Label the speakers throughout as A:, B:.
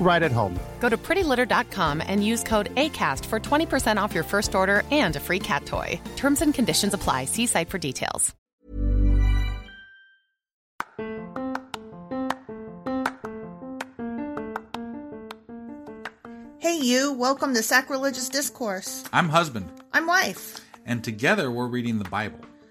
A: right at home.
B: Go to prettylitter.com and use code ACAST for 20% off your first order and a free cat toy. Terms and conditions apply. See site for details.
C: Hey, you, welcome to Sacrilegious Discourse.
D: I'm husband,
C: I'm Wife,
D: and together we're reading the Bible.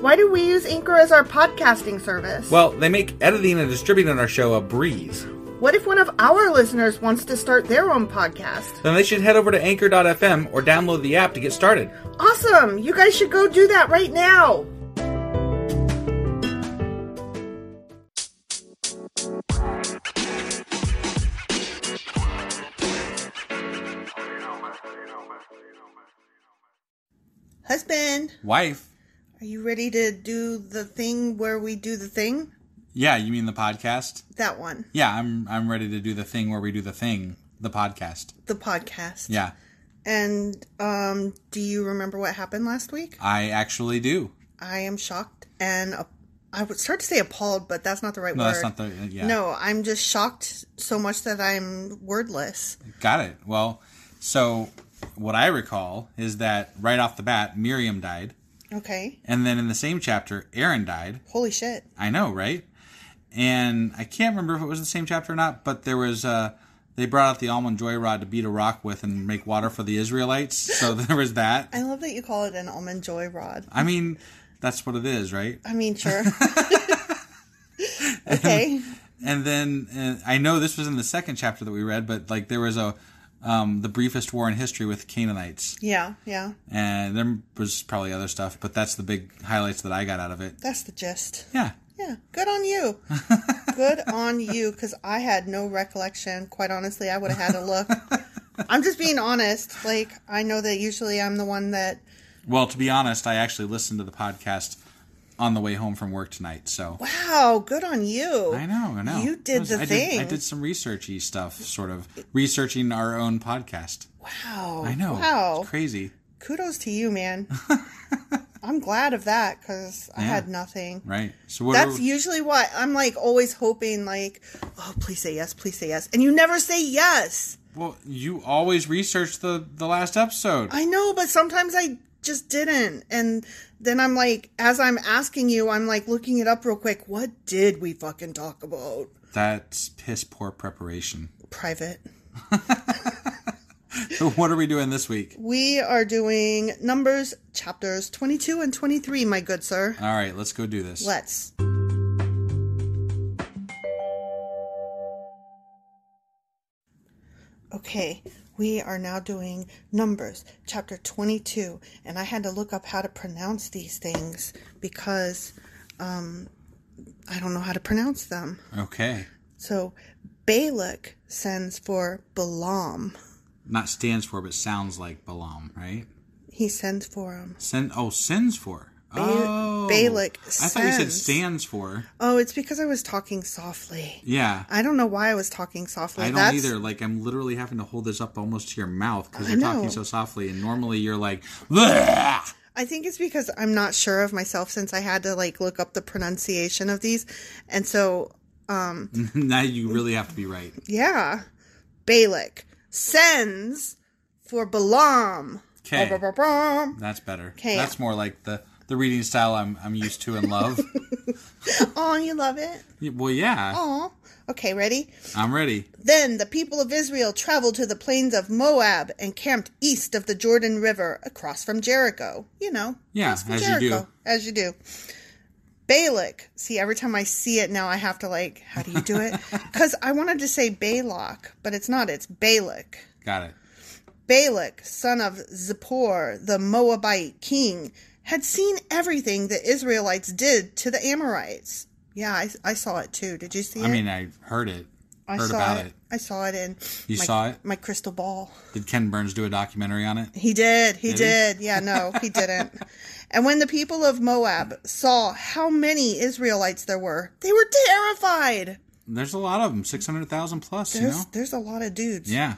C: Why do we use Anchor as our podcasting service?
E: Well, they make editing and distributing our show a breeze.
C: what if one of our listeners wants to start their own podcast?
E: Then they should head over to anchor.fm or download the app to get started.
C: Awesome! You guys should go do that right now! Husband,
D: Wife?
C: are you ready to do the thing where we do the thing?
D: Yeah, you mean the podcast?
C: That one,
D: Yeah, I'm I'm ready to do the thing where we do the thing, the podcast.
C: the podcast.
D: Yeah,
C: And um, do you remember what happened last week?
D: I actually do.
C: I am shocked and uh, I would start to say appalled, but that's not the right
D: No,
C: word.
D: that's not the yeah.
C: No, I'm just shocked so much that I'm wordless.
D: Got it. Well, so what I recall is that right off the bat, Miriam died,
C: Okay.
D: and then in the same chapter, Aaron died.
C: Holy shit.
D: I know, right? And I can't remember if it was the same chapter or not, but there was uh they brought out the almond joy rod to beat a rock with and make water for the Israelites. So there was that.
C: I love that you call it an almond joy rod.
D: I mean, that's what it is, right?
C: I mean, sure. okay.
D: And then uh, I know this was in the second chapter that we read, but like there was a um, the briefest war in history with Canaanites,
C: Yeah, yeah.
D: and there was probably other stuff, but that's the big highlights that I got out of it.
C: That's the gist.
D: Yeah,
C: Yeah, good on you. good on you, because I had no recollection. Quite honestly, I would have had to look. I'm just being honest. Like, I know that usually I'm the one that.
D: Well, to be honest, I actually listened to the podcast on the way home from work tonight. So
C: Wow, good on you.
D: I know, I know.
C: You
D: I
C: did
D: was-
C: the
D: I
C: thing.
D: Did, I did some researchy stuff, sort of researching our own podcast.
C: Wow.
D: I know.
C: Oh, Wow.
D: It's crazy,
C: Kudos to you, man. I'm glad of that because I had nothing.
D: right? So what?
C: That's
D: are,
C: usually what I'm like always hoping, like, oh, please say yes, please say yes. And you never say yes.
D: Well, you always research the the last episode.
C: I know, but sometimes I just didn't. And then I'm like, as I'm asking you, I'm like looking it up real quick. What did we fucking talk about?
D: That's piss poor preparation.
C: Private.
D: So what are we doing this week?
C: We are doing numbers chapters 22 and 23, my good sir.
D: All right, let's go do this.
C: Let's. Okay, we are now doing Numbers chapter 22, and I had to look up how to pronounce these things because um, I don't know how to pronounce them.
D: Okay,
C: So, Balak sends for Balaam.
D: not stands for, but sounds like Balaam, right?
C: He sends for him.
D: Sin. Oh, sins for. oh,
C: Balak
D: I thought you said
C: sends.
D: stands for.
C: Oh, it's because I was talking softly.
D: Yeah.
C: I don't know why I was talking softly.
D: I don't
C: That's-
D: either. Like I'm literally having to hold this up almost to your mouth because
C: I
D: you're talking
C: know.
D: so softly, and normally you're like, "Bleh!"
C: I think it's because I'm not sure of myself since I had to like look up the pronunciation of these. And so,
D: now you really have to be right.
C: yeah, Balak sends for Balaam.
D: 'Kay.
C: Ba-ba-ba-bam.
D: That's better.
C: 'Kay.
D: That's more like the the reading style I'm I'm used to and love.
C: Oh, you love it.
D: Y- well, yeah,
C: Oh, okay, ready?
D: I'm ready.
C: Then the people of Israel traveled to the plains of Moab and camped east of the Jordan River across from Jericho. You know,
D: Yeah,
C: across from
D: as you do.
C: As you do. Balak. See, every time I see it now, I have to like, how do you do it? Because I wanted to say Balak, but it's not. It's Balak.
D: Got it.
C: Balak, son of Zippor, the Moabite king, had seen everything the Israelites did to the Amorites. Yeah, I, I saw it too. Did you see
D: I
C: it?
D: mean, I heard it.
C: I
D: heard
C: saw
D: about
C: it.
D: it.
C: I saw it in
D: You
C: my,
D: saw it?
C: my crystal ball.
D: Did Ken Burns do a documentary on it?
C: He did. He
D: Did he?
C: did. Yeah, no, he didn't. and when the people of Moab saw how many Israelites there were, they were terrified.
D: There's a lot of them, six hundred thousand plus.
C: There's,
D: you know.
C: there's a lot of dudes.
D: Yeah,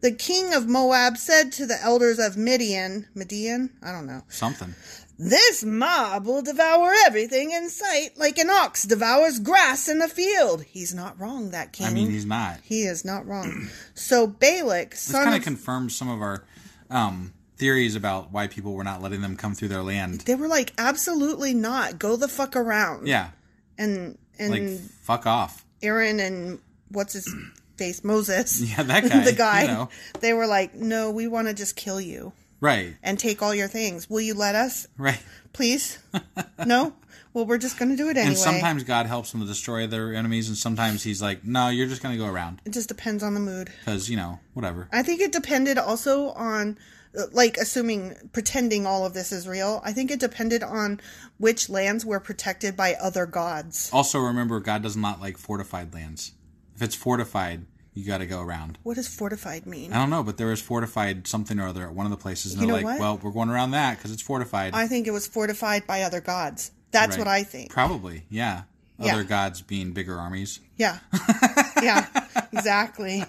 C: The king of Moab said to the elders of Midian, Midian, I don't know,
D: something.
C: This mob will devour everything in sight like an ox devours grass in the field. He's not wrong, that king.
D: I mean, he's not.
C: he is not wrong. so Balak,
D: This
C: son
D: kind
C: of,
D: of confirms some of our um, theories about why people were not letting them come through their land.
C: they were like, absolutely not. Go the fuck around.
D: Yeah,
C: And and
D: like fuck off.
C: Aaron and what's his face Moses.
D: Yeah, that guy,
C: the guy.
D: you know.
C: They were like, no, we want to just kill you
D: Right,
C: and take all your things. Will you let us,
D: right.
C: please? no. Well, we're just going to do it anyway.
D: And sometimes God helps them to destroy their enemies, and sometimes He's like, "No, you're just going to go around
C: it just depends on the mood.
D: because you know whatever."
C: I think it depended also on, like, assuming, pretending all of this is real. I think it depended on which lands were protected by other gods.
D: Also, remember, God does not like fortified lands. If it's fortified, you got to go around.
C: What does fortified mean?
D: I don't know, but there was fortified something or other at one of the places, and
C: You
D: they're
C: know
D: like,
C: what?
D: "Well, we're going around that because it's fortified."
C: I think it was fortified by other gods. That's
D: Right.
C: what I think.
D: Probably, yeah.
C: Yeah.
D: Other gods being bigger armies.
C: Yeah. yeah, exactly.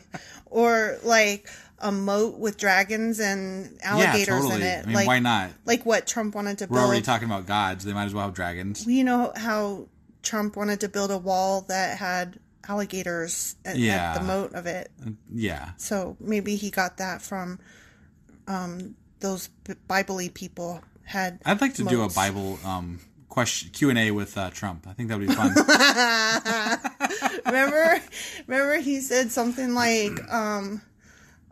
C: Or like a moat with dragons and alligators
D: yeah, totally.
C: in it.
D: I mean,
C: like,
D: why not?
C: Like what Trump wanted to
D: We're
C: build.
D: already talking about gods. They might as well have dragons.
C: you know how Trump wanted to build a wall that had alligators at, at
D: Yeah.
C: the moat of it.
D: Yeah.
C: So maybe he got that from um, those b- Bible-y people had.
D: I'd like to do a
C: moats.
D: Bible um, question Q and A with uh, Trump. I think that would be fun.
C: remember, remember he said something like, um,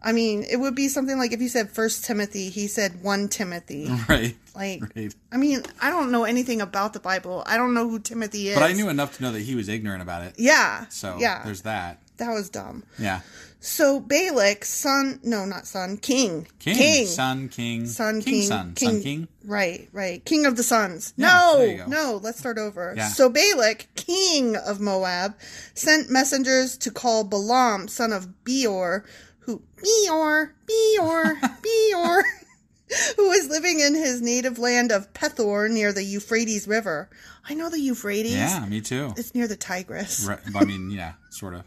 C: I mean, it would be something like if you said First Timothy, he said One Timothy.
D: Right.
C: Like,
D: Right.
C: I mean, I don't know anything about the Bible. I don't know who Timothy is.
D: But I knew enough to know that he was ignorant about it.
C: Yeah.
D: So
C: yeah,
D: there's that.
C: that was dumb.
D: Yeah.
C: So Balak, son, no, not son, king,
D: King, Son, King.
C: son,
D: King,
C: king,
D: Son. Son, King.
C: Right, right, king of the sons.
D: Yeah, there you
C: no,
D: go.
C: no, let's start over.
D: Yeah.
C: So Balak, king of Moab, sent messengers to call Balaam, son of Beor, who Beor, Beor, Beor. Who was living in his native land of Pethor near the Euphrates River? I know the Euphrates.
D: Yeah, me too.
C: It's near the Tigris.
D: Right. I mean, yeah, sort of.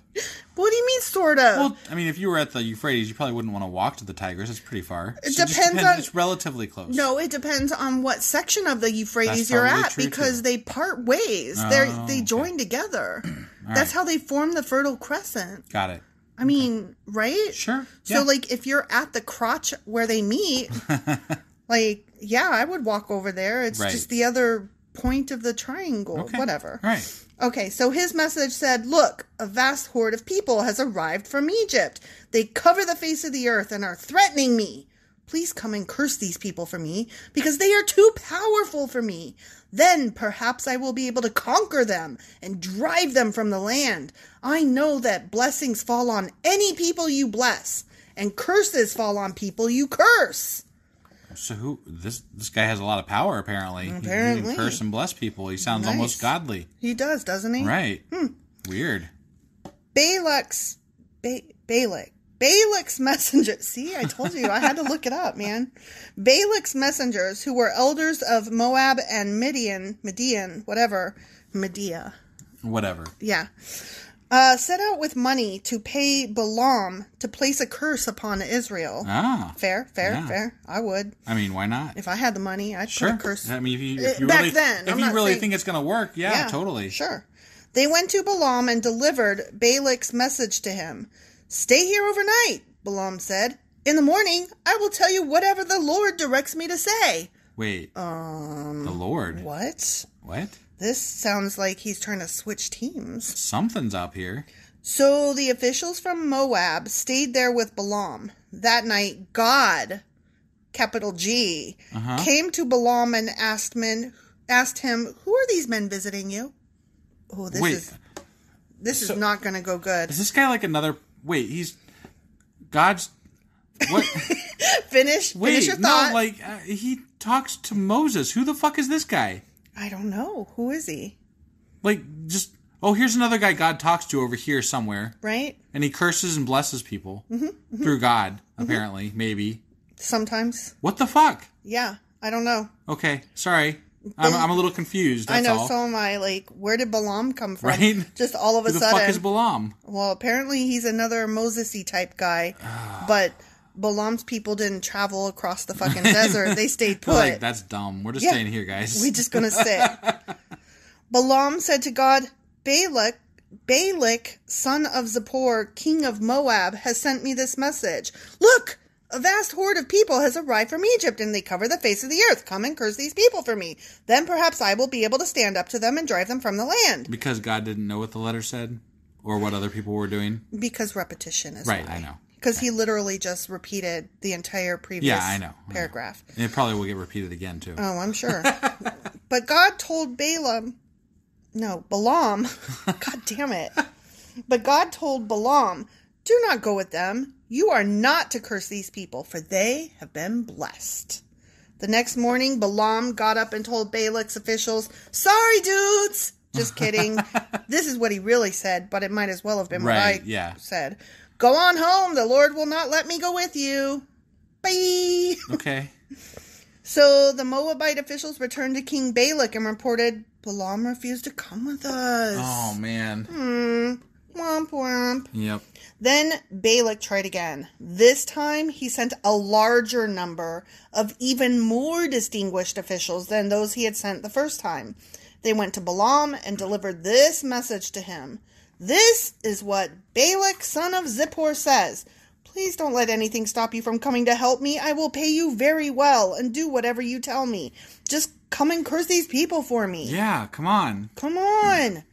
C: What do you mean, sort of?
D: Well, I mean, if you were at the Euphrates, you probably wouldn't want to walk to the Tigris. It's pretty far.
C: It
D: So just
C: depends on-
D: It's relatively close.
C: No, it depends on what section of the Euphrates
D: That's
C: you're
D: probably
C: at
D: true,
C: because
D: too.
C: they part ways.
D: Oh,
C: they they
D: okay.
C: join together. That's
D: right.
C: how they form the Fertile Crescent.
D: Got it.
C: I mean, right?
D: Sure.
C: So
D: Yeah.
C: like if you're at the crotch where they meet, like yeah, I would walk over there. It's
D: Right.
C: just the other point of the triangle,
D: Okay.
C: whatever.
D: All right.
C: Okay, so his message said, Look, a vast horde of people has arrived from Egypt. They cover the face of the earth and are threatening me. Please come and curse these people for me, because they are too powerful for me. Then perhaps I will be able to conquer them and drive them from the land. I know that blessings fall on any people you bless, and curses fall on people you curse.
D: So who this this guy has a lot of power apparently. He-
C: Apparently.
D: He can curse and bless people. He sounds almost godly.
C: He does, doesn't he?
D: Right.
C: Hmm.
D: Weird.
C: Balak's ba- Balak. Balak's messenger. See, I told you I had to look it up, man. Balak's messengers, who were elders of Moab and Midian, Midian, whatever, Media,
D: Whatever.
C: yeah, uh, set out with money to pay Balaam to place a curse upon Israel.
D: Ah.
C: fair, fair,
D: yeah.
C: fair. I would
D: I mean, why not?
C: if I had the money. I'd
D: sure.
C: put a curse.
D: I mean, if you, if
C: Uh,
D: you
C: back
D: really,
C: then,
D: if
C: I'm
D: you
C: not
D: really
C: saying-
D: think it's going to work, yeah, totally.
C: Sure. They went to Balaam and delivered Balak's message to him. Stay here overnight, Balaam said. In the morning, I will tell you whatever the Lord directs me to say.
D: Wait. Um. The Lord.
C: What?
D: What?
C: This sounds like he's trying to switch teams.
D: Something's up here.
C: So the officials from Moab stayed there with Balaam. That night, God, capital G,
D: Uh-huh.
C: came to Balaam and asked, men, asked him, Who are these men visiting you? Oh, this
D: Wait.
C: is this is not going to go good.
D: Is this guy like another? Wait. He's God's. What?
C: finish,
D: Wait.
C: finish your
D: no.
C: thought.
D: Like uh, he talks to Moses. Who the fuck is this guy?
C: I don't know. Who is he?
D: Like just. Oh, here's another guy God talks to over here somewhere.
C: Right?
D: and he curses and blesses people
C: Mm-hmm,
D: through God, apparently, maybe.
C: Sometimes.
D: What the fuck?
C: Yeah. I don't know.
D: Okay, sorry. I'm, I'm a little confused. That's
C: I know.
D: all.
C: So am I. Like, where did Balaam come from?
D: Right?
C: Just all of a
D: Who the
C: sudden.
D: fuck is Balaam?
C: Well, apparently he's another Mosesy type guy,
D: Ah.
C: but Balaam's people didn't travel across the fucking desert. They stayed put.
D: Like, that's dumb. We're just
C: Yeah.
D: staying here, guys.
C: We just gonna sit. Balaam said to God, Balak, Balak, son of Zippor, king of Moab, has sent me this message. Look, a vast horde of people has arrived from Egypt, and they cover the face of the earth. Come and curse these people for me. Then perhaps I will be able to stand up to them and drive them from the land.
D: because God didn't know what the letter said or what other people were doing.
C: Because repetition is
D: Right,
C: why.
D: I know.
C: Because he literally just repeated the entire previous
D: Yeah, I know, I know.
C: paragraph.
D: And it probably will get repeated again, too.
C: Oh, I'm sure. but God told Balaam, no, Balaam, God damn it. But God told Balaam, do not go with them. You are not to curse these people, for they have been blessed. The next morning, Balaam got up and told Balak's officials, sorry, dudes. Just kidding. this is what he really said, but it might as well have been
D: Right,
C: what I
D: yeah.
C: said. Go on home. The Lord will not let me go with you. Bye.
D: Okay.
C: So the Moabite officials returned to King Balak and reported Balaam refused to come with us.
D: Oh, man.
C: Hmm. Womp womp.
D: Yep.
C: Then Balak tried again. This time he sent a larger number of even more distinguished officials than those he had sent the first time. They went to Balaam and delivered this message to him. This is what Balak, son of Zippor, says. Please don't let anything stop you from coming to help me. I will pay you very well and do whatever you tell me. Just come and curse these people for me.
D: Yeah, come on.
C: Come on!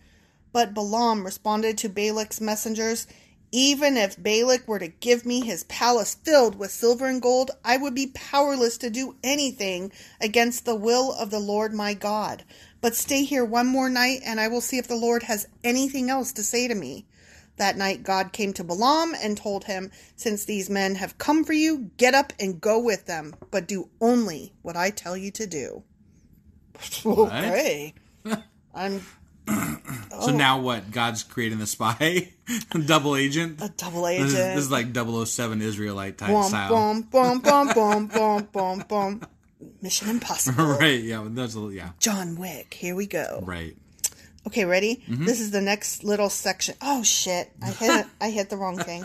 C: But Balaam responded to Balak's messengers Even if Balak were to give me his palace filled with silver and gold, I would be powerless to do anything against the will of the Lord my God. But stay here one more night, and I will see if the Lord has anything else to say to me. That night, God came to Balaam and told him, Since these men have come for you, get up and go with them, but do only what I tell you to do. Okay. I'm
D: So
C: Oh.
D: now what? God's creating the spy, double agent.
C: a double
D: This
C: agent.
D: is, this is like 007 Israelite type
C: Boom,
D: style.
C: boom, boom, boom, boom, boom, boom, boom. Mission Impossible.
D: Right? Yeah. That's a, yeah.
C: John Wick. Here we go.
D: Right. Mm-hmm.
C: Okay, ready? This is the next little section. Oh shit! I hit I hit the wrong thing.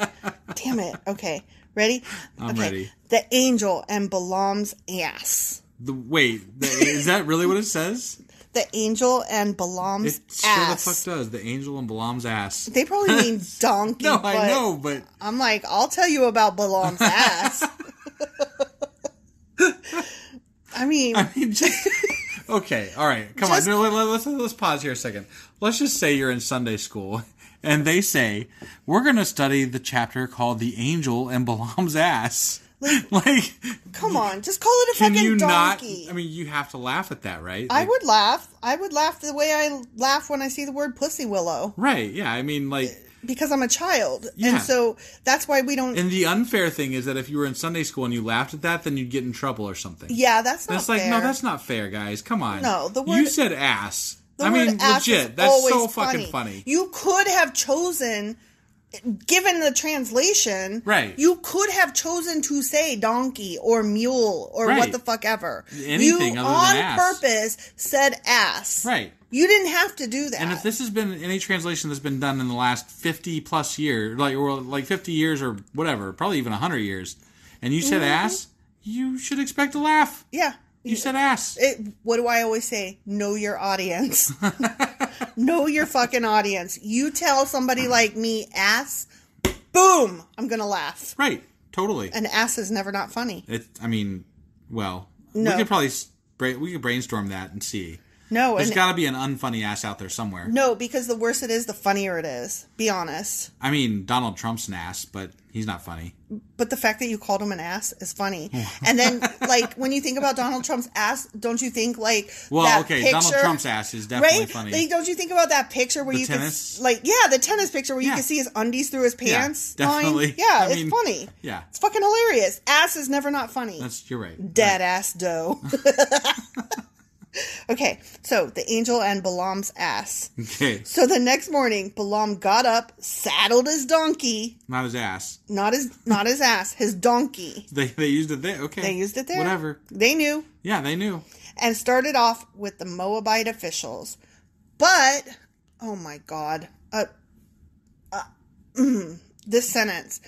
C: Damn it. Okay, ready?
D: I'm
C: okay.
D: ready.
C: The angel and Balaam's ass.
D: The wait. The, is that really what it says?
C: The angel and Balaam's
D: It sure
C: ass.
D: the fuck does. The angel and Balaam's ass.
C: They probably mean donkey.
D: no,
C: but
D: I know, but
C: I'm like, I'll tell you about Balaam's ass. I mean,
D: I mean, just okay. All right, come
C: Just-
D: on. No, let, let, let's let's pause here a second. Let's just say you're in Sunday school, and they say we're going to study the chapter called "The Angel and Balaam's Ass." Like,
C: come on, just call it a
D: can
C: fucking
D: you
C: donkey.
D: not? I mean, you have to laugh at that, right?
C: I
D: Like,
C: would laugh. I would laugh the way I laugh when I see the word pussy willow
D: Right? Yeah. I mean, like,
C: because I'm a child.
D: Yeah.
C: And so that's why we don't.
D: and the unfair thing is that if you were in Sunday school and you laughed at that, then you'd get in trouble or something.
C: yeah, that's not
D: That's like
C: fair.
D: no, that's not fair, guys. Come on.
C: No, the
D: you
C: word-
D: said ass.
C: The
D: I
C: word
D: mean,
C: ass is
D: legit. That's so
C: always
D: fucking funny.
C: You could have chosen, given the translation,
D: Right.
C: You could have chosen to say donkey or mule or what
D: Right.
C: the fuck ever.
D: Anything
C: you
D: other than
C: on
D: ass.
C: purpose said ass.
D: Right.
C: You didn't have to do that.
D: And if this has been any translation that's been done in the last fifty plus year, like or like fifty years or whatever, probably even hundred years, and you said
C: Mm-hmm.
D: ass, you should expect a laugh.
C: yeah.
D: You said ass.
C: it, what do I always say? Know your audience. know your fucking audience. You tell somebody like me ass, boom, I'm gonna laugh.
D: right. Totally.
C: And ass is never not funny.
D: It. I mean, well,
C: No.
D: we could probably s- bra- we could brainstorm that and see.
C: No,
D: There's
C: and
D: got to be an unfunny ass out there somewhere.
C: no, because the worse it is, the funnier it is. Be honest.
D: I mean, Donald Trump's an ass, but he's not funny.
C: But the fact that you called him an ass is funny. and then, like, when you think about Donald Trump's ass, don't you think like
D: Well,
C: that
D: okay,
C: picture,
D: Donald Trump's ass is definitely funny.
C: Like, don't you think about that picture where
D: The
C: you can,
D: tennis?
C: like, yeah, the tennis picture where you
D: Yeah.
C: can see his undies through his pants?
D: yeah, definitely.
C: Line? Yeah,
D: I
C: it's
D: mean,
C: funny.
D: Yeah,
C: It's fucking hilarious. Ass is never not funny.
D: that's you're right.
C: Dead ass dough. okay, so the angel and Balaam's ass.
D: Okay,
C: So the next morning, Balaam got up, saddled his donkey,
D: not his ass.
C: not his not his ass, his donkey.
D: They they used it there. Okay,
C: They used it there.
D: Whatever.
C: They knew
D: Yeah, they knew.
C: and started off with the Moabite officials. But oh my God, uh, uh, mm, this sentence.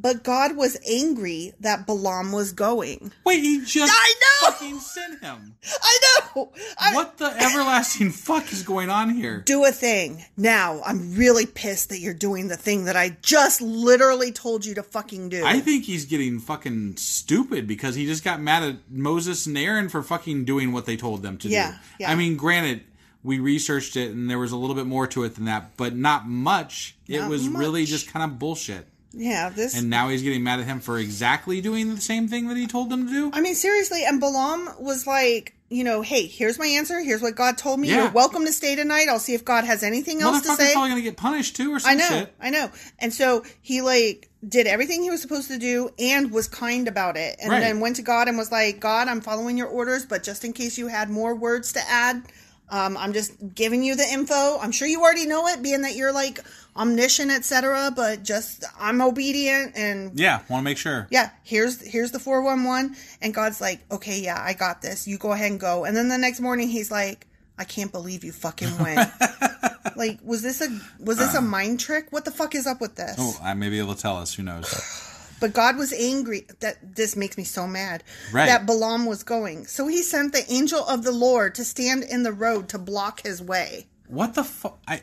C: But God was angry that Balaam was going.
D: Wait, he just
C: I know!
D: fucking sent him.
C: I know. I,
D: What the everlasting fuck is going on here?
C: do a thing now. I'm really pissed that you're doing the thing that I just literally told you to fucking do.
D: I think he's getting fucking stupid because he just got mad at Moses and Aaron for fucking doing what they told them to
C: Yeah,
D: do.
C: yeah.
D: I mean, granted, we researched it and there was a little bit more to it than that, but not much. it was really just kind of bullshit.
C: yeah, this.
D: And now he's getting mad at him for exactly doing the same thing that he told them to do.
C: I mean, seriously. And Balaam was like, you know, hey, here's my answer. Here's what God told me.
D: Yeah.
C: You're welcome to stay tonight. I'll see if God has anything else to
D: Motherfucker's
C: say.
D: probably gonna get punished too or some
C: I know,
D: shit.
C: I know. And so he like did everything he was supposed to do and was kind about it. And
D: Right.
C: then went to God and was like, God, I'm following your orders, but just in case you had more words to add, um, I'm just giving you the info. I'm sure you already know it, being that you're like omniscient, etc. But just I'm obedient and
D: Yeah, want to make sure.
C: yeah here's here's the 411 and god's like okay yeah i got this you go ahead and go and then the next morning he's like i can't believe you fucking went like was this a was this a mind trick what the fuck is up with this
D: Uh. Oh, I may be able to tell us. Who knows?
C: but god was angry that this makes me so mad
D: Right.
C: that balaam was going so he sent the angel of the lord to stand in the road to block his way
D: What the fuck? I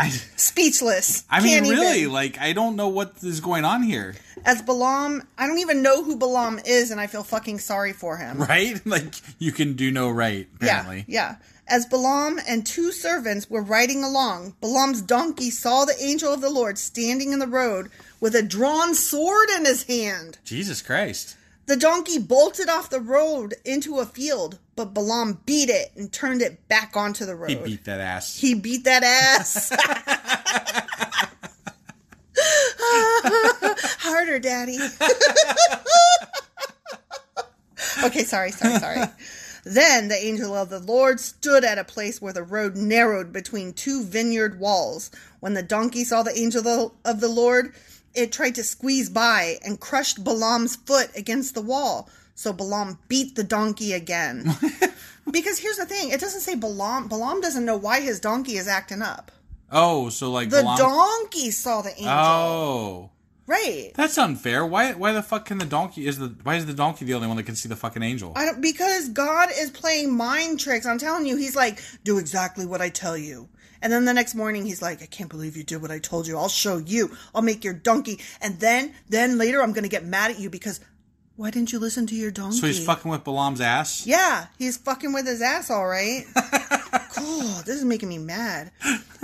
D: I,
C: Speechless.
D: I mean,
C: Can't even.
D: really, like, I don't know what is going on here,
C: As Balam, I don't even know who Balam is, and I feel fucking sorry for him.
D: right? Like, you can do no right, apparently.
C: Yeah, yeah. As Balaam and two servants were riding along, Balaam's donkey saw the angel of the Lord standing in the road with a drawn sword in his hand.
D: Jesus Christ.
C: The donkey bolted off the road into a field, but Balaam beat it and turned it back onto the road.
D: He beat that ass.
C: He beat that ass. Harder, daddy. okay, sorry, sorry, sorry. Then the angel of the Lord stood at a place where the road narrowed between two vineyard walls. When the donkey saw the angel of the- of the Lord, it tried to squeeze by and crushed Balaam's foot against the wall. So Balaam beat the donkey again. because here's the thing it doesn't say Balaam. Balaam doesn't know why his donkey is acting up.
D: Oh, so, like,
C: The
D: Balam-
C: donkey saw the angel.
D: Oh.
C: Right.
D: That's unfair. Why? Why the fuck can the donkey is the? Why is the donkey the only one that can see the fucking angel?
C: I don't because God is playing mind tricks. I'm telling you, he's like, do exactly what I tell you. And then the next morning he's like, I can't believe you did what I told you. I'll show you. I'll make your donkey. And then then later I'm gonna get mad at you because why didn't you listen to your donkey?
D: so he's fucking with Balam's ass.
C: Yeah, he's fucking with his ass, all right. cool. This is making me mad.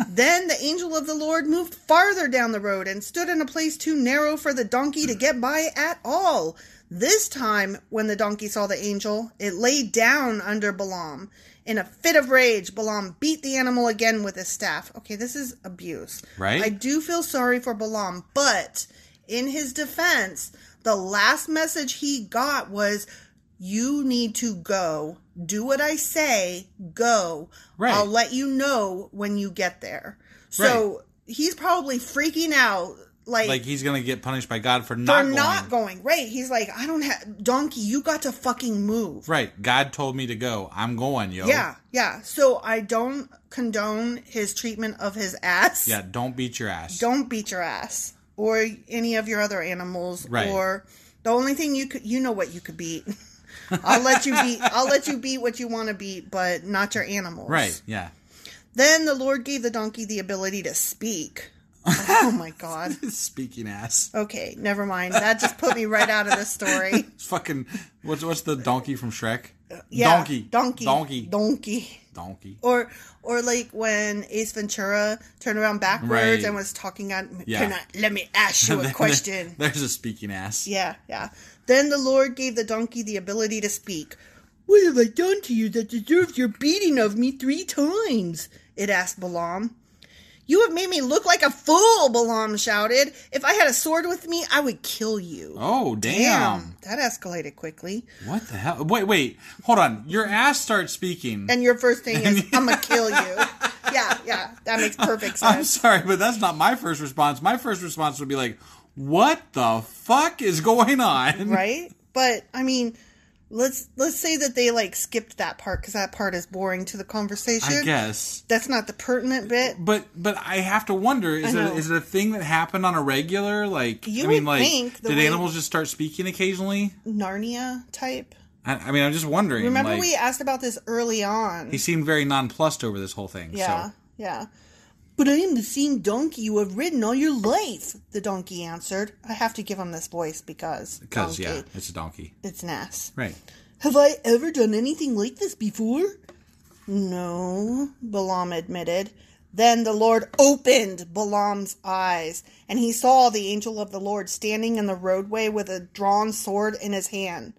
C: then the angel of the Lord moved farther down the road and stood in a place too narrow for the donkey to get by at all. This time, when the donkey saw the angel, it lay down under Balaam. In a fit of rage, Balaam beat the animal again with his staff. Okay, this is abuse.
D: Right.
C: I do feel sorry for Balaam, but in his defense, the last message he got was you need to go. Do what I say. Go.
D: Right.
C: I'll let you know when you get there. So he's probably freaking out, like,
D: Like he's gonna get punished by God for
C: for
D: not going.
C: not going. Right. He's like, I don't have donkey. You got to fucking move.
D: Right. God told me to go. I'm going, yo.
C: Yeah. Yeah. So I don't condone his treatment of his ass.
D: Yeah. Don't beat your ass.
C: Don't beat your ass or any of your other animals
D: Right.
C: or the only thing you could you know what you could beat. I'll let you beat I'll let you beat what you want to beat, but not your animals.
D: Right. Yeah.
C: Then the Lord gave the donkey the ability to speak. Oh my god.
D: Speaking ass.
C: Okay, never mind. That just put me right out of the story.
D: It's fucking. What's what's the donkey from Shrek?
C: Yeah,
D: Donkey.
C: Donkey.
D: Donkey.
C: Donkey.
D: donkey.
C: Or or like when Ace Ventura turned around backwards
D: Right.
C: and was talking at
D: Yeah.
C: Can I, let me ask you a question.
D: There's a speaking ass.
C: Yeah, yeah. Then the Lord gave the donkey the ability to speak. What have I done to you that deserves your beating of me three times? It asked Balaam. You have made me look like a fool, Balaam shouted. If I had a sword with me, I would kill you.
D: Oh damn.
C: That escalated quickly.
D: What the hell? Wait, wait. Hold on. Your ass starts speaking.
C: And your first thing is, I'm going to kill you. Yeah, yeah. That makes perfect
D: I'm
C: sense.
D: sorry, but that's not my first response. My first response would be like, "What the fuck is going on?"
C: right? But I mean, let's let's say that they like skipped that part cuz that part is boring to the conversation.
D: I guess.
C: That's not the pertinent bit.
D: But but I have to wonder is it
C: know.
D: is it a thing that happened on a regular like
C: You
D: I mean
C: would
D: like
C: think the
D: did
C: way-
D: animals just start speaking occasionally?
C: Narnia type.
D: I, I mean I'm just wondering.
C: Remember
D: like,
C: we uh, asked about this early on.
D: he seemed very nonplussed over this whole thing.
C: yeah,
D: So
C: yeah. But I am the same donkey you have ridden all your life. The donkey answered. I have to give him this voice because
D: because yeah,
C: donkey.
D: it's a donkey.
C: it's an ass.
D: Right.
C: Have I ever done anything like this before? No, Balaam admitted. Then the Lord opened Balaam's eyes, and he saw the angel of the Lord standing in the roadway with a drawn sword in his hand.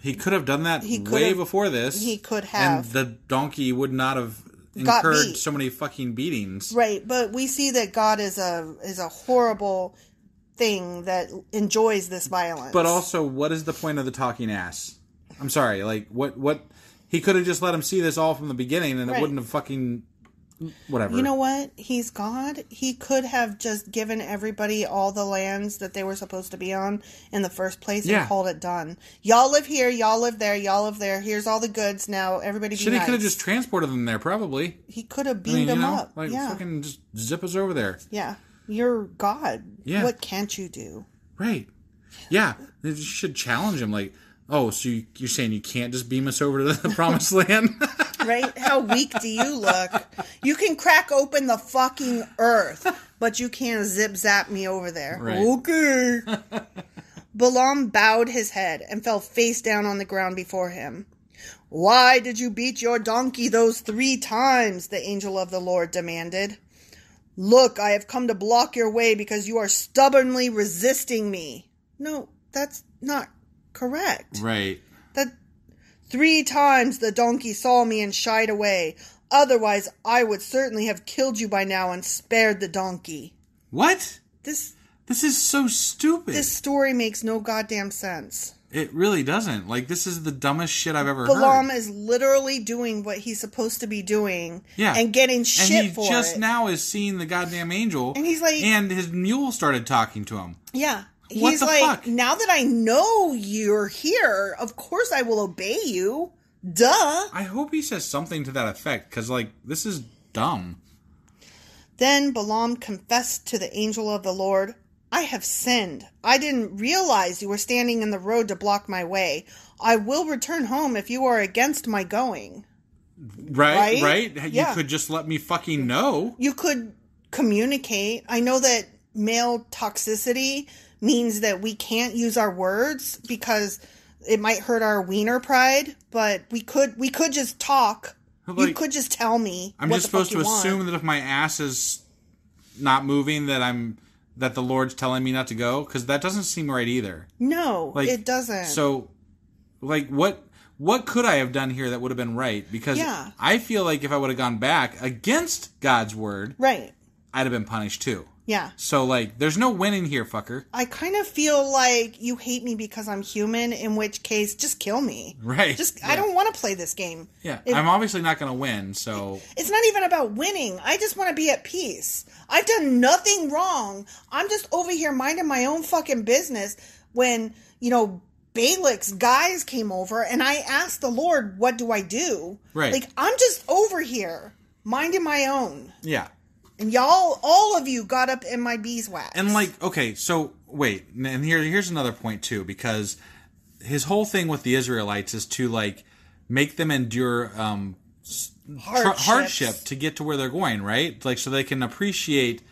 D: He could have done that
C: could
D: way
C: have-
D: before this.
C: he could
D: And
C: have.
D: the donkey would not have
C: Got
D: incurred
C: beat.
D: so many fucking beatings.
C: Right, but we see that God is a is a horrible thing that enjoys this violence.
D: But also, what is the point of the talking ass? I'm sorry, like what what he could have just let him see this all from the beginning, and it
C: Right.
D: wouldn't have fucking whatever.
C: you know what? He's God. He could have just given everybody all the lands that they were supposed to be on in the first place
D: Yeah.
C: and called it done. Y'all live here, y'all live there, y'all live there. Here's all the goods now. Everybody be
D: Shit, he
C: nice.
D: could have just transported them there, probably.
C: he could have
D: I
C: beamed
D: mean, you
C: him
D: know,
C: up.
D: like
C: yeah.
D: fucking just zip us over there,
C: yeah. You're God.
D: Yeah.
C: What can't you do?
D: right? Yeah, you should challenge him. Like, oh, so you, you're saying you can't just beam us over to the promised land?
C: right? How weak do you look? You can crack open the fucking earth, but you can't zip zap me over there.
D: Right.
C: Okay. Balaam bowed his head and fell face down on the ground before him. Why did you beat your donkey those three times? the angel of the Lord demanded. Look, I have come to block your way because you are stubbornly resisting me. No, that's not correct.
D: Right.
C: That three times the donkey saw me and shied away. Otherwise, I would certainly have killed you by now and spared the donkey.
D: What?
C: This
D: This is so stupid.
C: this story makes no goddamn sense.
D: It really doesn't. Like this is the dumbest shit I've ever
C: Balaam
D: heard.
C: is literally doing what he's supposed to be doing
D: Yeah.
C: and getting
D: And
C: shit
D: he
C: for
D: just
C: it.
D: now is seeing the goddamn angel.
C: And he's like-
D: and his mule started talking to him.
C: yeah. He's
D: What the
C: like,
D: fuck?
C: now that I know you're here, of course I will obey you. Duh.
D: I hope he says something to that effect because like this is dumb.
C: Then Balaam confessed to the angel of the Lord, I have sinned. I didn't realize you were standing in the road to block my way. I will return home if you are against my going. Right?
D: Right. Right.
C: Yeah.
D: You could just let me fucking know.
C: You could communicate. I know that male toxicity means that we can't use our words because it might hurt our wiener pride, but we could we could just talk. you
D: Like-
C: could just tell me.
D: I'm
C: what
D: just
C: the fuck
D: supposed to
C: you want.
D: assume that if my ass is not moving, that I'm that the Lord's telling me not to go because that doesn't seem right either.
C: No,
D: Like
C: it doesn't.
D: So, like, what what could I have done here that would have been right? Because
C: Yeah.
D: I feel like if I would have gone back against God's word,
C: Right.
D: I'd have been punished too.
C: Yeah.
D: So, like, there's no winning here, fucker.
C: I kind of feel like you hate me because I'm human, in which case, just kill me.
D: Right.
C: Just,
D: Yeah.
C: I don't want to play this game.
D: Yeah,
C: It-
D: I'm obviously not going to win. So,
C: It's not even about winning. I just want to be at peace. I've done nothing wrong. I'm just over here minding my own fucking business when, you know, Balak's guys came over and I asked the Lord, what do I do?
D: Right.
C: Like, I'm just over here minding my own.
D: yeah.
C: And y'all, all of you got up in my beeswax.
D: And like, okay, so wait, n- and here here's another point too, because his whole thing with the Israelites is to like make them endure um, s- tr-
C: Hardships.
D: hardship to get to where they're going, right? Like, so they can appreciate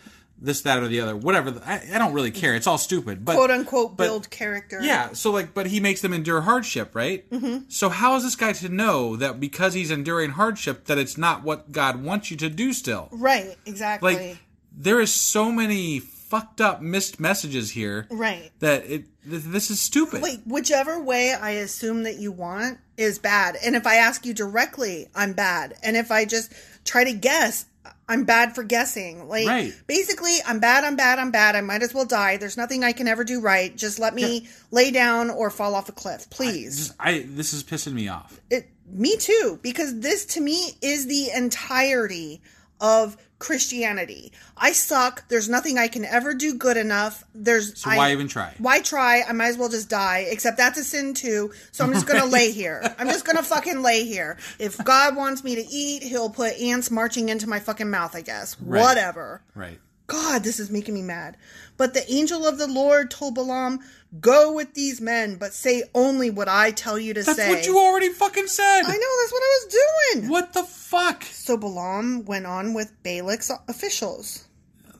D: this, that, or the other, whatever. the- I, I don't really care. It's all stupid, but
C: quote unquote,
D: but-
C: build character.
D: Yeah, so like, but he makes them endure hardship, right? Mm-hmm. So how is this guy to know that because he's enduring hardship that it's not what God wants you to do still?
C: Right, exactly.
D: Like, there is so many fucked up missed messages here
C: right.
D: that it th- this is stupid.
C: Like whichever way I assume that you want is bad. And if I ask you directly, I'm bad. And if I just try to guess, I'm bad for guessing. Like
D: Right.
C: basically, I'm bad, I'm bad, I'm bad. I might as well die. There's nothing I can ever do right. Just let me lay down or fall off a cliff, please.
D: Just- I this is pissing me off.
C: it me too because this to me is the entirety of christianity i suck there's nothing i can ever do good enough there's
D: So
C: I-
D: why even try?
C: why try i might as well just die except that's a sin too so i'm just gonna lay here i'm just gonna fucking lay here if god wants me to eat he'll put ants marching into my fucking mouth i guess whatever
D: Right.
C: God, this is making me mad. But the angel of the Lord told Balaam, Go with these men, but say only what I tell you to
D: That's
C: say.
D: what you already fucking said.
C: I know, that's what I was doing.
D: What the fuck?
C: So Balaam went on with Balak's officials.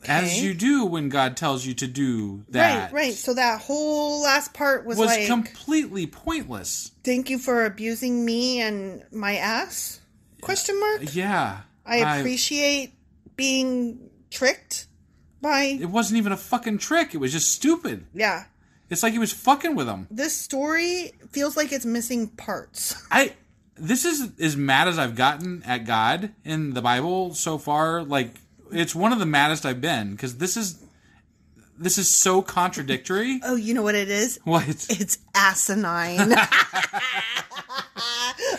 D: As you do when God tells you to do that.
C: Right, right. So that whole last part was,
D: was
C: like,
D: completely pointless.
C: thank you for abusing me and my ass? Question mark.
D: Yeah.
C: I appreciate being tricked by
D: It wasn't even a fucking trick. It was just stupid.
C: yeah.
D: It's like he was fucking with him.
C: This story feels like it's missing parts.
D: I this is as mad as I've gotten at God in the Bible so far. Like it's one of the maddest I've been because this is this is so contradictory.
C: Oh, you know what it is?
D: What?
C: It's asinine. okay.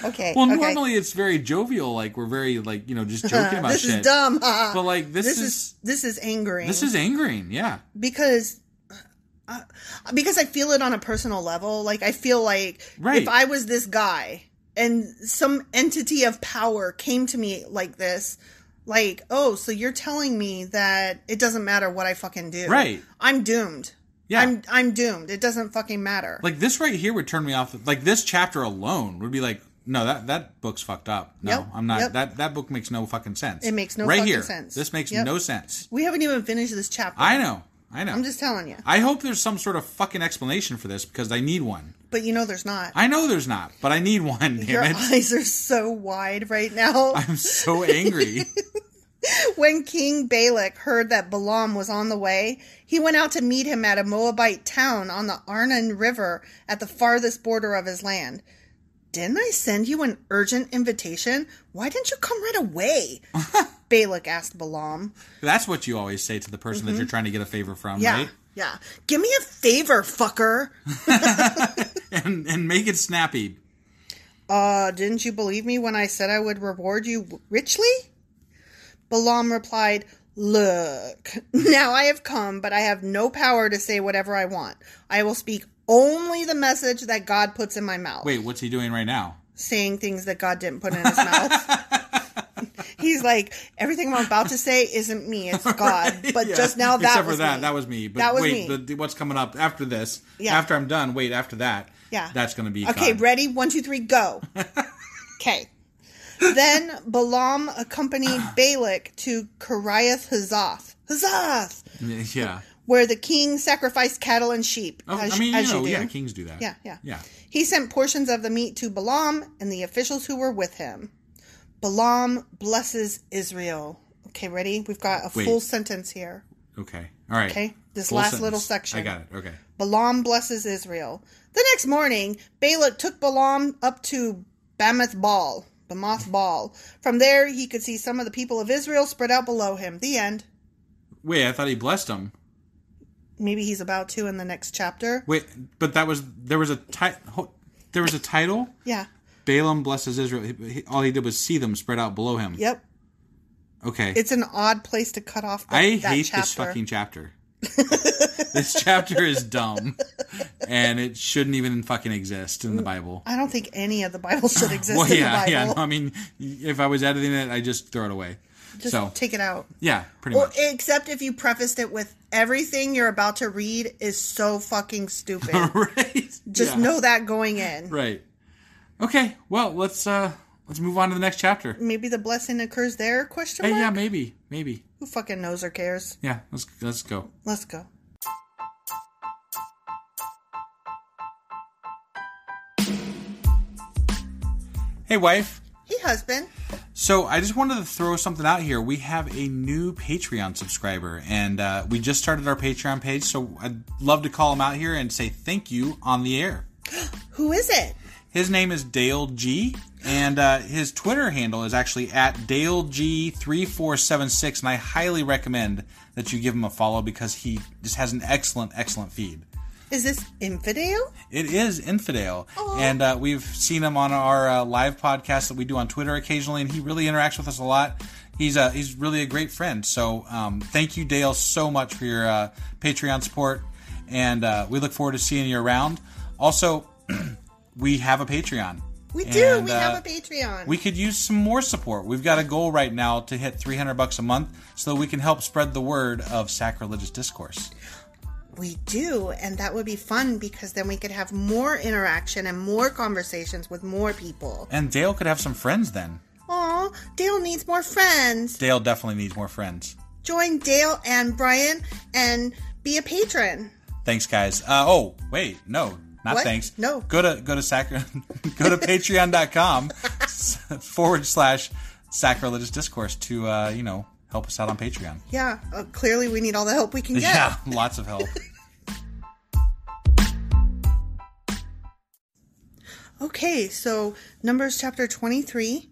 D: Well,
C: okay. Uh-huh.
D: normally it's very jovial, like we're very like you know just joking about
C: this
D: shit.
C: is dumb.
D: But like this,
C: this
D: is,
C: is this is angering.
D: this is angering. Yeah,
C: because uh, because I feel it on a personal level. Like I feel like
D: Right.
C: if I was this guy and some entity of power came to me like this, like oh, so you're telling me that it doesn't matter what I fucking do?
D: Right.
C: I'm doomed.
D: yeah.
C: I'm I'm doomed. It doesn't fucking matter.
D: like this right here would turn me off. Like this chapter alone would be like, No, that that book's fucked up. No,
C: Yep,
D: I'm not.
C: yep.
D: That that book makes no fucking sense.
C: It makes no
D: right
C: fucking
D: here.
C: sense.
D: This makes
C: Yep.
D: no sense.
C: We haven't even finished this chapter.
D: I know. I know.
C: I'm just telling you.
D: I hope there's some sort of fucking explanation for this because I need one.
C: But you know there's not.
D: I know there's not, but I need one.
C: Your
D: Damn it!
C: eyes are so wide right now.
D: I'm so angry.
C: When King Balak heard that Balaam was on the way, he went out to meet him at a Moabite town on the Arnon River at the farthest border of his land. Didn't I send you an urgent invitation? Why didn't you come right away? Balak asked Balaam.
D: That's what you always say to the person that you're trying to get a favor from,
C: Mm-hmm. Yeah,
D: right?
C: yeah. Give me a favor, fucker.
D: And and make it snappy.
C: Uh, didn't you believe me when I said I would reward you richly? Balaam replied, Look, now I have come, but I have no power to say whatever I want. I will speak only the message that God puts in my mouth.
D: Wait, what's he doing right now?
C: Saying things that God didn't put in his mouth. He's like, everything I'm about to say isn't me, it's God. But
D: Yeah.
C: just now that
D: except
C: was
D: for that
C: me.
D: that was me. But
C: that was
D: wait,
C: me.
D: The, what's coming up after this?
C: Yeah.
D: After I'm done, wait. After that,
C: Yeah.
D: that's gonna be
C: Okay,
D: God.
C: ready? One, two, three, go. Okay. then Balaam accompanied Balak to Kiriath Hazoth, Hazoth,
D: Yeah,
C: where the king sacrificed cattle and sheep.
D: Oh,
C: as,
D: I mean,
C: as
D: you know,
C: do.
D: yeah, kings do that.
C: Yeah, yeah.
D: yeah.
C: He sent portions of the meat to Balaam and the officials who were with him. Balaam blesses Israel. Okay, ready? We've got a
D: Wait.
C: full sentence here.
D: Okay, all right.
C: Okay, this
D: Full
C: last little
D: sentence.
C: section.
D: I got it. Okay.
C: Balaam blesses Israel. The next morning, Balak took Balaam up to Bamoth Baal. Bamoth Baal. From there, he could see some of the people of Israel spread out below him. The end.
D: Wait, I thought he blessed him.
C: Maybe he's about to in the next chapter.
D: Wait, but that was there was a ti- ho- there was a title.
C: Yeah.
D: Balaam blesses Israel. He- he- all he did was see them spread out below him.
C: Yep.
D: Okay.
C: It's an odd place to cut off. The,
D: I
C: that
D: hate
C: chapter.
D: this fucking chapter. this chapter is dumb, and it shouldn't even fucking exist in the Bible.
C: I don't think any of the Bible should exist
D: well,
C: in
D: yeah,
C: the Bible.
D: yeah. No, I mean, if I was editing it, I just throw it away.
C: Just
D: so
C: take it out.
D: yeah, pretty
C: Well,
D: much.
C: except if you prefaced it with everything you're about to read is so fucking stupid.
D: right.
C: Just
D: Yeah.
C: know that going in.
D: Right. Okay. Well, let's uh let's move on to the next chapter.
C: Maybe the blessing occurs there? Question
D: Hey,
C: mark.
D: yeah, maybe, maybe.
C: Who fucking knows or cares?
D: Yeah, let's let's go.
C: Let's go.
D: Hey, wife.
C: Hey, husband.
D: So I just wanted to throw something out here. We have a new Patreon subscriber, and uh, we just started our Patreon page. So I'd love to call him out here and say thank you on the air.
C: Who is it?
D: His name is Dale G, and uh, his Twitter handle is actually at DaleG3476, and I highly recommend that you give him a follow because he just has an excellent, excellent feed.
C: Is this Infidel?
D: It is Infidel. And uh, we've seen him on our uh, live podcast that we do on Twitter occasionally, and he really interacts with us a lot. He's, uh, he's really a great friend. So um, thank you, Dale, so much for your uh, Patreon support. And uh, we look forward to seeing you around. Also, we have a Patreon.
C: We do.
D: And,
C: we
D: uh,
C: have a Patreon.
D: we could use some more support. We've got a goal right now to hit 300 bucks a month so that we can help spread the word of sacrilegious discourse.
C: we do. And that would be fun because then we could have more interaction and more conversations with more people.
D: And Dale could have some friends then.
C: Aw, Dale needs more friends.
D: Dale definitely needs more friends.
C: Join Dale and Brian and be a patron.
D: Thanks, guys. Uh, oh, wait, no, not
C: What?
D: thanks.
C: No.
D: Go to go to sacri- go to patreon.com s- forward slash sacrilegious discourse to uh, you know help us out on Patreon.
C: Yeah, uh, clearly we need all the help we can get.
D: yeah lots of help.
C: Okay, so Numbers chapter 23,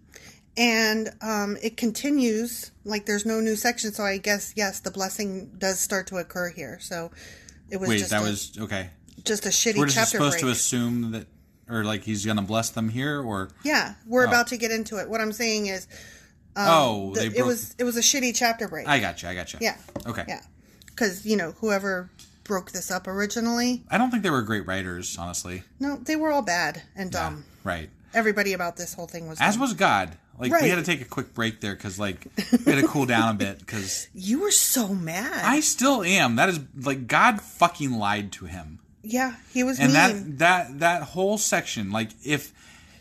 C: and um, it continues. Like, there's no new section, so I guess, yes, the blessing does start to occur here. So it was,
D: wait,
C: just,
D: that
C: a,
D: was okay.
C: just a shitty
D: We're just
C: chapter
D: supposed
C: break. Um,
D: to assume that, or like he's gonna bless them here, or
C: yeah, we're about to get into it. What I'm saying is,
D: oh,
C: the-
D: they
C: it
D: broke.
C: was it was a shitty chapter break.
D: I got you. I got you.
C: yeah.
D: Okay.
C: Yeah. Because, you know, whoever broke this up originally,
D: I don't think they were great writers, honestly.
C: no, they were all bad and dumb.
D: Right.
C: Everybody about this whole thing was
D: As
C: dumb.
D: was God. Like we had to
C: Right.
D: take a quick break there because like we had to cool down a bit because
C: You were so mad.
D: I still am. That is like God fucking lied to him,
C: yeah, he was mean.
D: and that that that whole section. Like if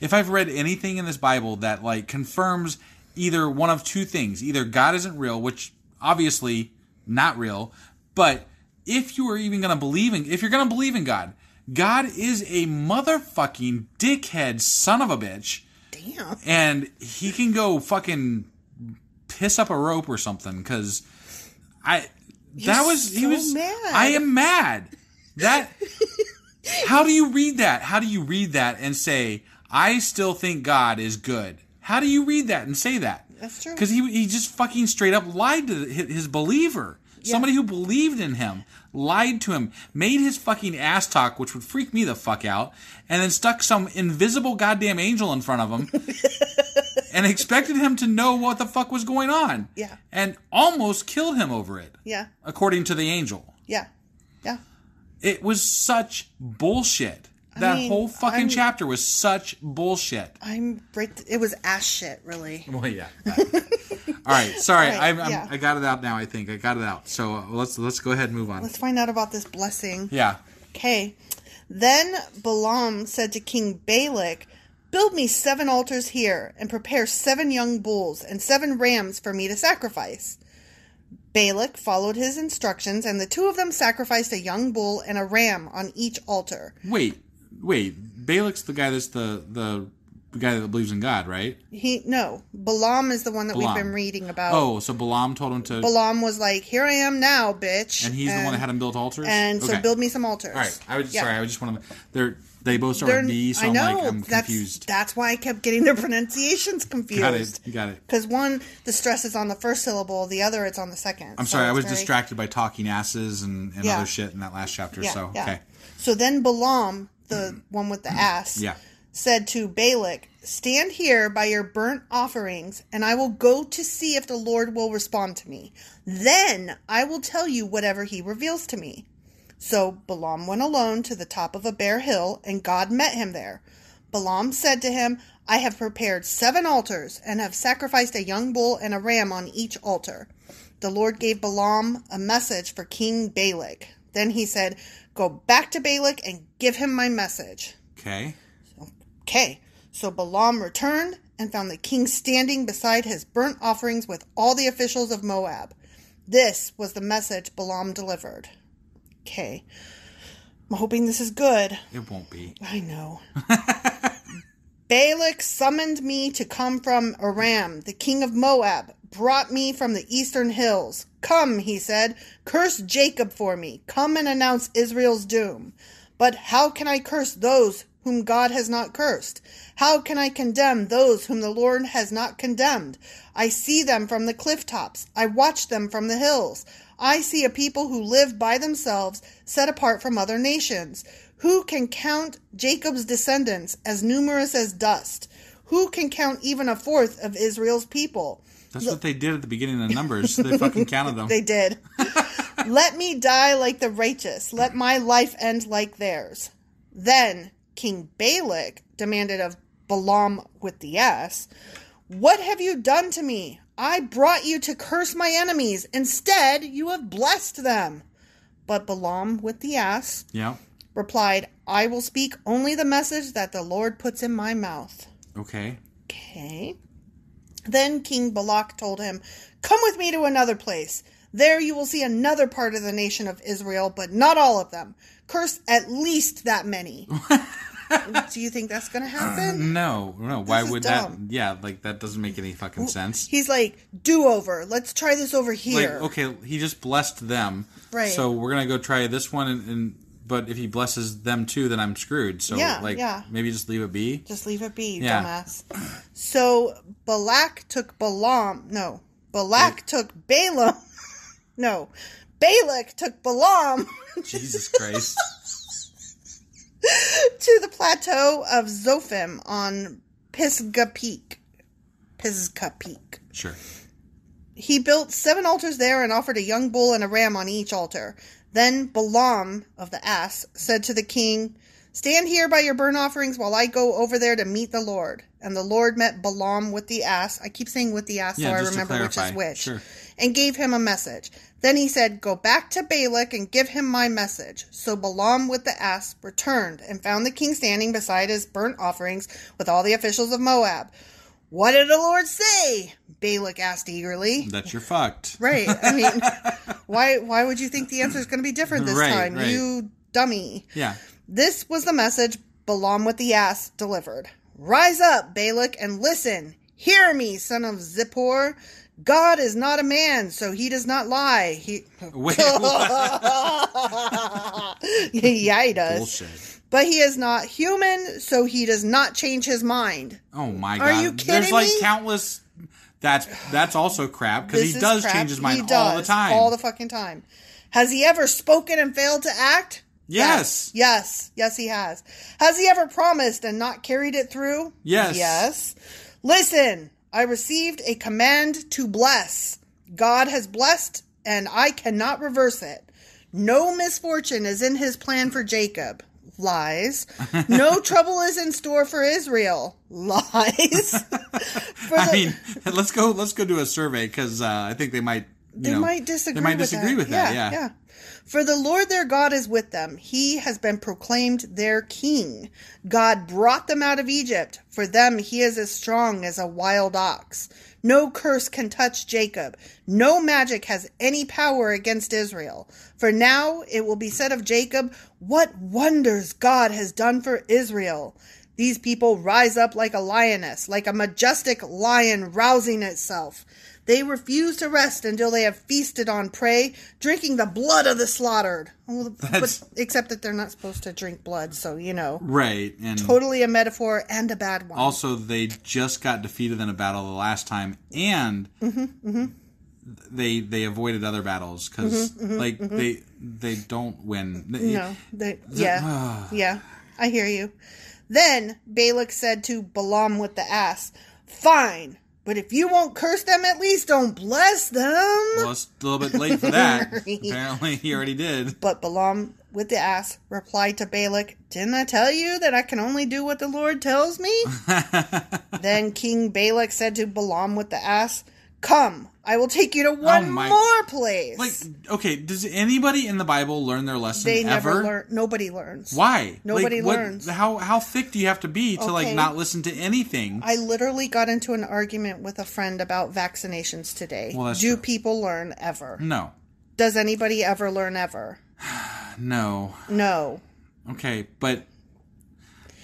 D: if I've read anything in this Bible that like confirms either one of two things, either God isn't real, which obviously not real, but if you are even going to believe in, if you're going to believe in God, God is a motherfucking dickhead son of a bitch,
C: Damn.
D: and he can go fucking piss up a rope or something because I that was he
C: so
D: was
C: mad.
D: I am mad that how do you read that how do you read that and say I still think God is good how do you read that and say that
C: That's true.
D: because he he just fucking straight up lied to hi- his believer somebody who believed in him lied to him made his fucking ass talk which would freak me the fuck out and then stuck some invisible goddamn angel in front of him and expected him to know what the fuck was going on
C: Yeah.
D: and almost killed him over it
C: Yeah.
D: according to the angel.
C: Yeah. Yeah.
D: It was such bullshit. That
C: mean,
D: whole fucking
C: I'm-
D: chapter was such bullshit.
C: I'm right. It was ass shit, really.
D: Well, yeah. All right, sorry,
C: All right,
D: I'm, I'm,
C: yeah.
D: I got it out now. I think I got it out. So uh, let's let's go ahead and move on.
C: Let's find out about this blessing.
D: yeah,
C: Okay. Then Balaam said to King Balak, Build me seven altars here, and prepare seven young bulls and seven rams for me to sacrifice. Balak followed his instructions, and the two of them sacrificed a young bull and a ram on each altar.
D: wait, wait. Balak's the guy that's the the the guy that believes in God, right?
C: He no, Balaam is the one that
D: Balaam.
C: we've been reading about.
D: Oh, so Balaam told him to,
C: Balaam was like, "Here I am now, bitch,"
D: and he's the one that had him build altars.
C: And so
D: Okay.
C: build me some altars.
D: All right, I was
C: Yeah.
D: sorry. I was just want to. They're they both start with
C: They're-
D: D, so
C: I
D: I'm
C: know.
D: like I'm
C: that's,
D: confused.
C: That's why I kept getting their pronunciations confused.
D: Got it. Got it.
C: Because one, the stress is on the first syllable, the other, it's on the second.
D: I'm
C: So
D: sorry, I
C: it's
D: was
C: very-
D: distracted by talking asses and, and
C: Yeah.
D: other shit in that last chapter.
C: Yeah,
D: so
C: yeah.
D: okay, Mm-hmm.
C: So then Balaam, the one with the ass,
D: Yeah.
C: said to Balak, Stand here by your burnt offerings, and I will go to see if the Lord will respond to me. Then I will tell you whatever he reveals to me. So Balaam went alone to the top of a bare hill, and God met him there. Balaam said to him, I have prepared seven altars, and have sacrificed a young bull and a ram on each altar. The Lord gave Balaam a message for King Balak. Then he said, Go back to Balak and give him my message.
D: okay,
C: Okay, so Balaam returned and found the king standing beside his burnt offerings with all the officials of Moab. This was the message Balaam delivered. Okay, I'm hoping this is good.
D: it won't be.
C: I know. Balak summoned me to come from Aram, the king of Moab, brought me from the eastern hills. Come, he said, curse Jacob for me. Come and announce Israel's doom. But how can I curse those whom God has not cursed? How can I condemn those whom the Lord has not condemned? I see them from the cliff tops. I watch them from the hills. I see a people who live by themselves, set apart from other nations. Who can count Jacob's descendants as numerous as dust? Who can count even a fourth of Israel's people?
D: That's what they did at the beginning of the numbers. they fucking counted them.
C: They did. Let me die like the righteous. Let my life end like theirs. Then King Balak demanded of Balaam with the ass, What have you done to me? I brought you to curse my enemies. Instead, you have blessed them. But Balaam with the ass
D: yeah.
C: replied, I will speak only the message that the Lord puts in my mouth.
D: Okay.
C: Okay. Then King Balak told him, Come with me to another place. There you will see another part of the nation of Israel, but not all of them. Curse at least that many. Do you think that's
D: Uh,
C: going to happen?
D: No, no. Why
C: is
D: would
C: dumb.
D: that? Yeah, like that doesn't make any fucking sense.
C: He's like, Do over. Let's try this over
D: like
C: here.
D: okay, he just blessed them.
C: Right.
D: So we're gonna go try this one, and, and but if he blesses them too, then I'm screwed. So
C: Yeah,
D: like
C: yeah.
D: maybe just leave it be.
C: Just leave it be,
D: Yeah.
C: dumbass. So Balak took Balaam. No, Balak took Balaam. no, Balak took Balaam.
D: Jesus Christ.
C: to the plateau of Zophim on Pisgah Peak. Pisgah Peak.
D: Sure.
C: He built seven altars there and offered a young bull and a ram on each altar. Then Balaam of the ass said to the king, Stand here by your burnt offerings while I go over there to meet the Lord. And the Lord met Balaam with the ass. I keep saying with the ass,
D: Yeah,
C: so I
D: just to
C: remember which is
D: clarify.
C: which.
D: Sure.
C: and gave him a message. Then he said, Go back to Balak and give him my message. So Balaam with the ass returned and found the king standing beside his burnt offerings with all the officials of Moab. What did the Lord say? Balak asked eagerly.
D: That you're fucked.
C: Right. I mean, why why would you think the answer is going to be different this
D: Right,
C: time?
D: right.
C: You dummy.
D: Yeah.
C: This was the message Balaam with the ass delivered. Rise up, Balak, and listen. Hear me, son of Zippor. God is not a man, so he does not lie. He
D: Wait, what?
C: yeah, he does.
D: Bullshit.
C: But he is not human, so he does not change his mind.
D: Oh my god.
C: Are you
D: There's
C: kidding
D: like
C: me?
D: countless. That's that's also crap because
C: This
D: he
C: is
D: does
C: crap.
D: change his
C: He
D: mind all the
C: does,
D: time.
C: All the fucking time. Has he ever spoken and failed to act?
D: Yes.
C: Yes. Yes, he has. Has he ever promised and not carried it through?
D: Yes.
C: Yes. Listen, I received a command to bless. God has blessed, and I cannot reverse it. No misfortune is in his plan for Jacob. Lies. No trouble is in store for Israel. Lies. For
D: I
C: the-
D: mean, let's go. Let's go do a survey because uh, I think they might. You
C: They
D: know,
C: might disagree.
D: They might
C: with
D: disagree
C: that.
D: with that.
C: yeah, For the Lord their God is with them. He has been proclaimed their king. God brought them out of Egypt. For them, he is as strong as a wild ox. No curse can touch Jacob. No magic has any power against Israel. For now, it will be said of Jacob, What wonders God has done for Israel! These people rise up like a lioness, like a majestic lion rousing itself. They refuse to rest until they have feasted on prey, drinking the blood of the slaughtered. Oh,
D: That's-
C: but, except that they're not supposed to drink blood, so you know.
D: Right. And
C: Totally a metaphor and a bad one.
D: also, they just got defeated in a battle the last time, and
C: Mm-hmm,
D: they they avoided other battles because like they they don't win.
C: Mm-hmm, no, they,
D: ah.
C: yeah, yeah, I hear you. Then Balak said to Balaam with the ass, "Fine, but if you won't curse them, at least don't bless them."
D: Well, it's a little bit late for that. Apparently, he already did.
C: But Balaam with the ass replied to Balak, Didn't I tell you that I can only do what the Lord tells me? then King Balak said to Balaam with the ass, Come, I will take you to one
D: Oh my-
C: more place.
D: Like, okay, does anybody in the Bible learn their lesson
C: they
D: ever?
C: never learn. Nobody learns.
D: Why?
C: Nobody
D: Like, what-
C: learns.
D: How how thick do you have to be to like
C: Okay.
D: not listen to anything?
C: I literally got into an argument with a friend about vaccinations today.
D: Well, that's
C: Do
D: true. Hmm.
C: people learn ever?
D: no,
C: Does anybody ever learn ever?
D: no.
C: No.
D: Okay, but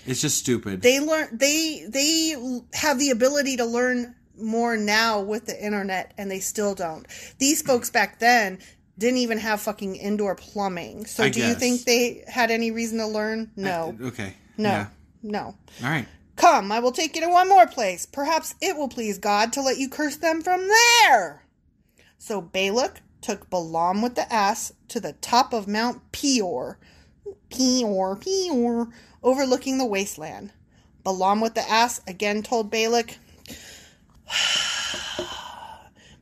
D: it's just stupid.
C: they learn they they l- have the ability to learn more now with the internet and they still don't these folks back then didn't even have fucking indoor plumbing so
D: I
C: do you
D: guess.
C: think they had any reason to learn no
D: okay.
C: no
D: yeah.
C: no
D: All right.
C: come i will take you to one more place perhaps it will please god to let you curse them from there so balak took balaam with the ass to the top of mount peor Peor, Peor, overlooking the wasteland. Balaam with the ass again told Balak,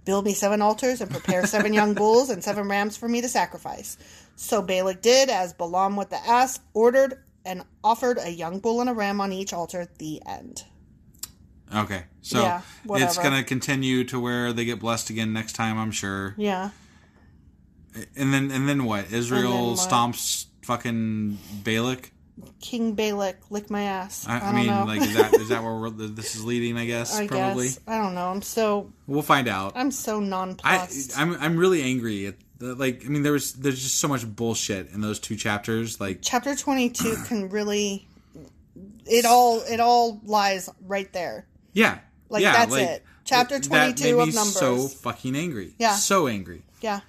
C: Build me seven altars and prepare seven young bulls and seven rams for me to sacrifice. So Balak did as Balaam with the ass ordered and offered a young bull and a ram on each altar. The end.
D: Okay. So
C: Yeah, whatever.
D: it's gonna continue to where they get blessed again next time, I'm sure.
C: Yeah.
D: And then and then what? Israel
C: what?
D: stomps fucking Balak.
C: King Balak, lick my ass.
D: I,
C: I,
D: I,
C: don't
D: mean,
C: know.
D: like, is that is that where we're, this is leading? I guess
C: I
D: probably.
C: guess. I don't know. I'm so
D: We'll find out.
C: I'm so
D: I,
C: nonplussed.
D: I'm I'm really angry at the, like I mean there was there's just so much bullshit in those two chapters like
C: chapter 22 can really it all it all lies right there
D: yeah
C: Like,
D: yeah,
C: that's it. Chapter
D: that made
C: 22 of
D: me
C: Numbers.
D: so fucking angry
C: Yeah.
D: so angry
C: yeah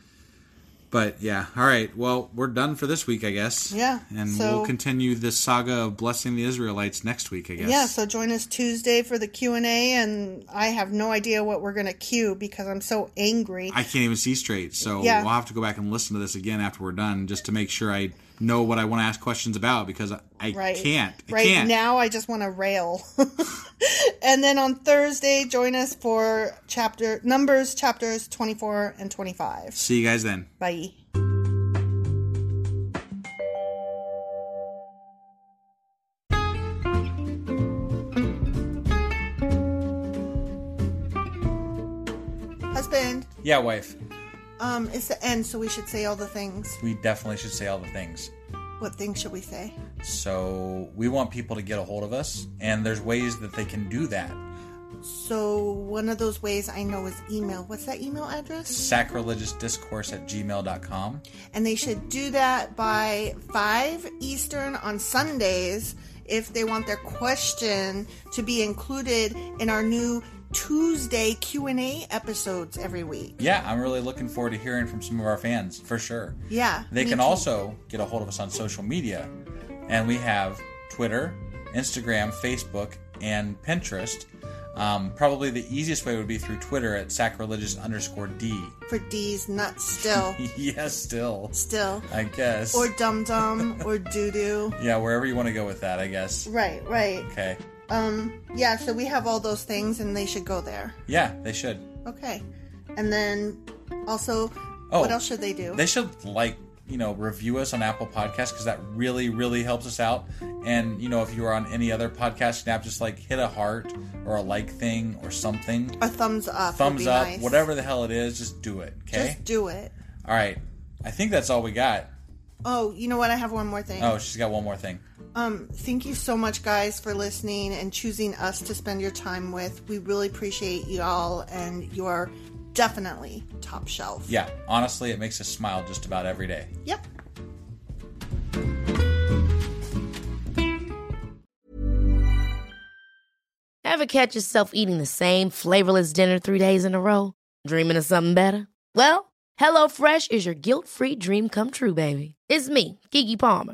D: but yeah all right well we're done for this week I guess
C: Yeah,
D: and
C: so-
D: we'll continue this saga of blessing the Israelites next week I guess
C: yeah so join us tuesday for the q&a and i have no idea what we're gonna cue because i'm so angry
D: I can't even see straight so
C: Yeah.
D: we'll have to go back and listen to this again after we're done just to make sure I know what I want to ask questions about because I, I
C: right
D: can't I
C: right
D: can't
C: now i just want to rail and then on thursday join us for chapter numbers chapters 24 and 25
D: see you guys then.
C: bye Husband,
D: Yeah, wife.
C: um, it's the end, so we should say all the things.
D: We definitely should say all the things.
C: What things should we say?
D: So we want people to get a hold of us, and there's ways that they can do that.
C: So one of those ways I know is email. What's that email address?
D: sacrilegiousdiscourse at gmail.com.
C: And they should do that by five Eastern on Sundays if they want their question to be included in our new Tuesday Q and A episodes every week.
D: Yeah, I'm really looking forward to hearing from some of our fans, for sure.
C: Yeah,
D: They
C: me
D: can
C: too.
D: also get a hold of us on social media, and we have Twitter, Instagram, Facebook, and Pinterest. Um, probably the easiest way would be through Twitter at sacrilegious underscore D.
C: for D's nuts still,
D: yes, still,
C: still,
D: I guess.
C: or dum dum or doo doo.
D: yeah, wherever you want to go with that, I guess.
C: Right, right.
D: Okay.
C: Um, yeah. So we have all those things, and they should go there.
D: Yeah, they should.
C: Okay, and then also,
D: Oh,
C: what else should they do?
D: They should like you know review us on Apple Podcasts because that really really helps us out. And you know if you are on any other podcast snap, just like hit a heart or a like thing or something.
C: a thumbs up. would
D: thumbs
C: be
D: up,
C: nice.
D: whatever the hell it is, just do it. Okay.
C: Just do it.
D: all right. I think that's all we got.
C: Oh, you know what? I have one more thing.
D: Oh, she's got one more thing.
C: Um, thank you so much, guys, for listening and choosing us to spend your time with. We really appreciate you all, and you are definitely top shelf.
D: Yeah, honestly, it makes us smile just about every day.
C: Yep.
F: Ever catch yourself eating the same flavorless dinner three days in a row? Dreaming of something better? Well, HelloFresh is your guilt free dream come true, baby. It's me, Kiki Palmer.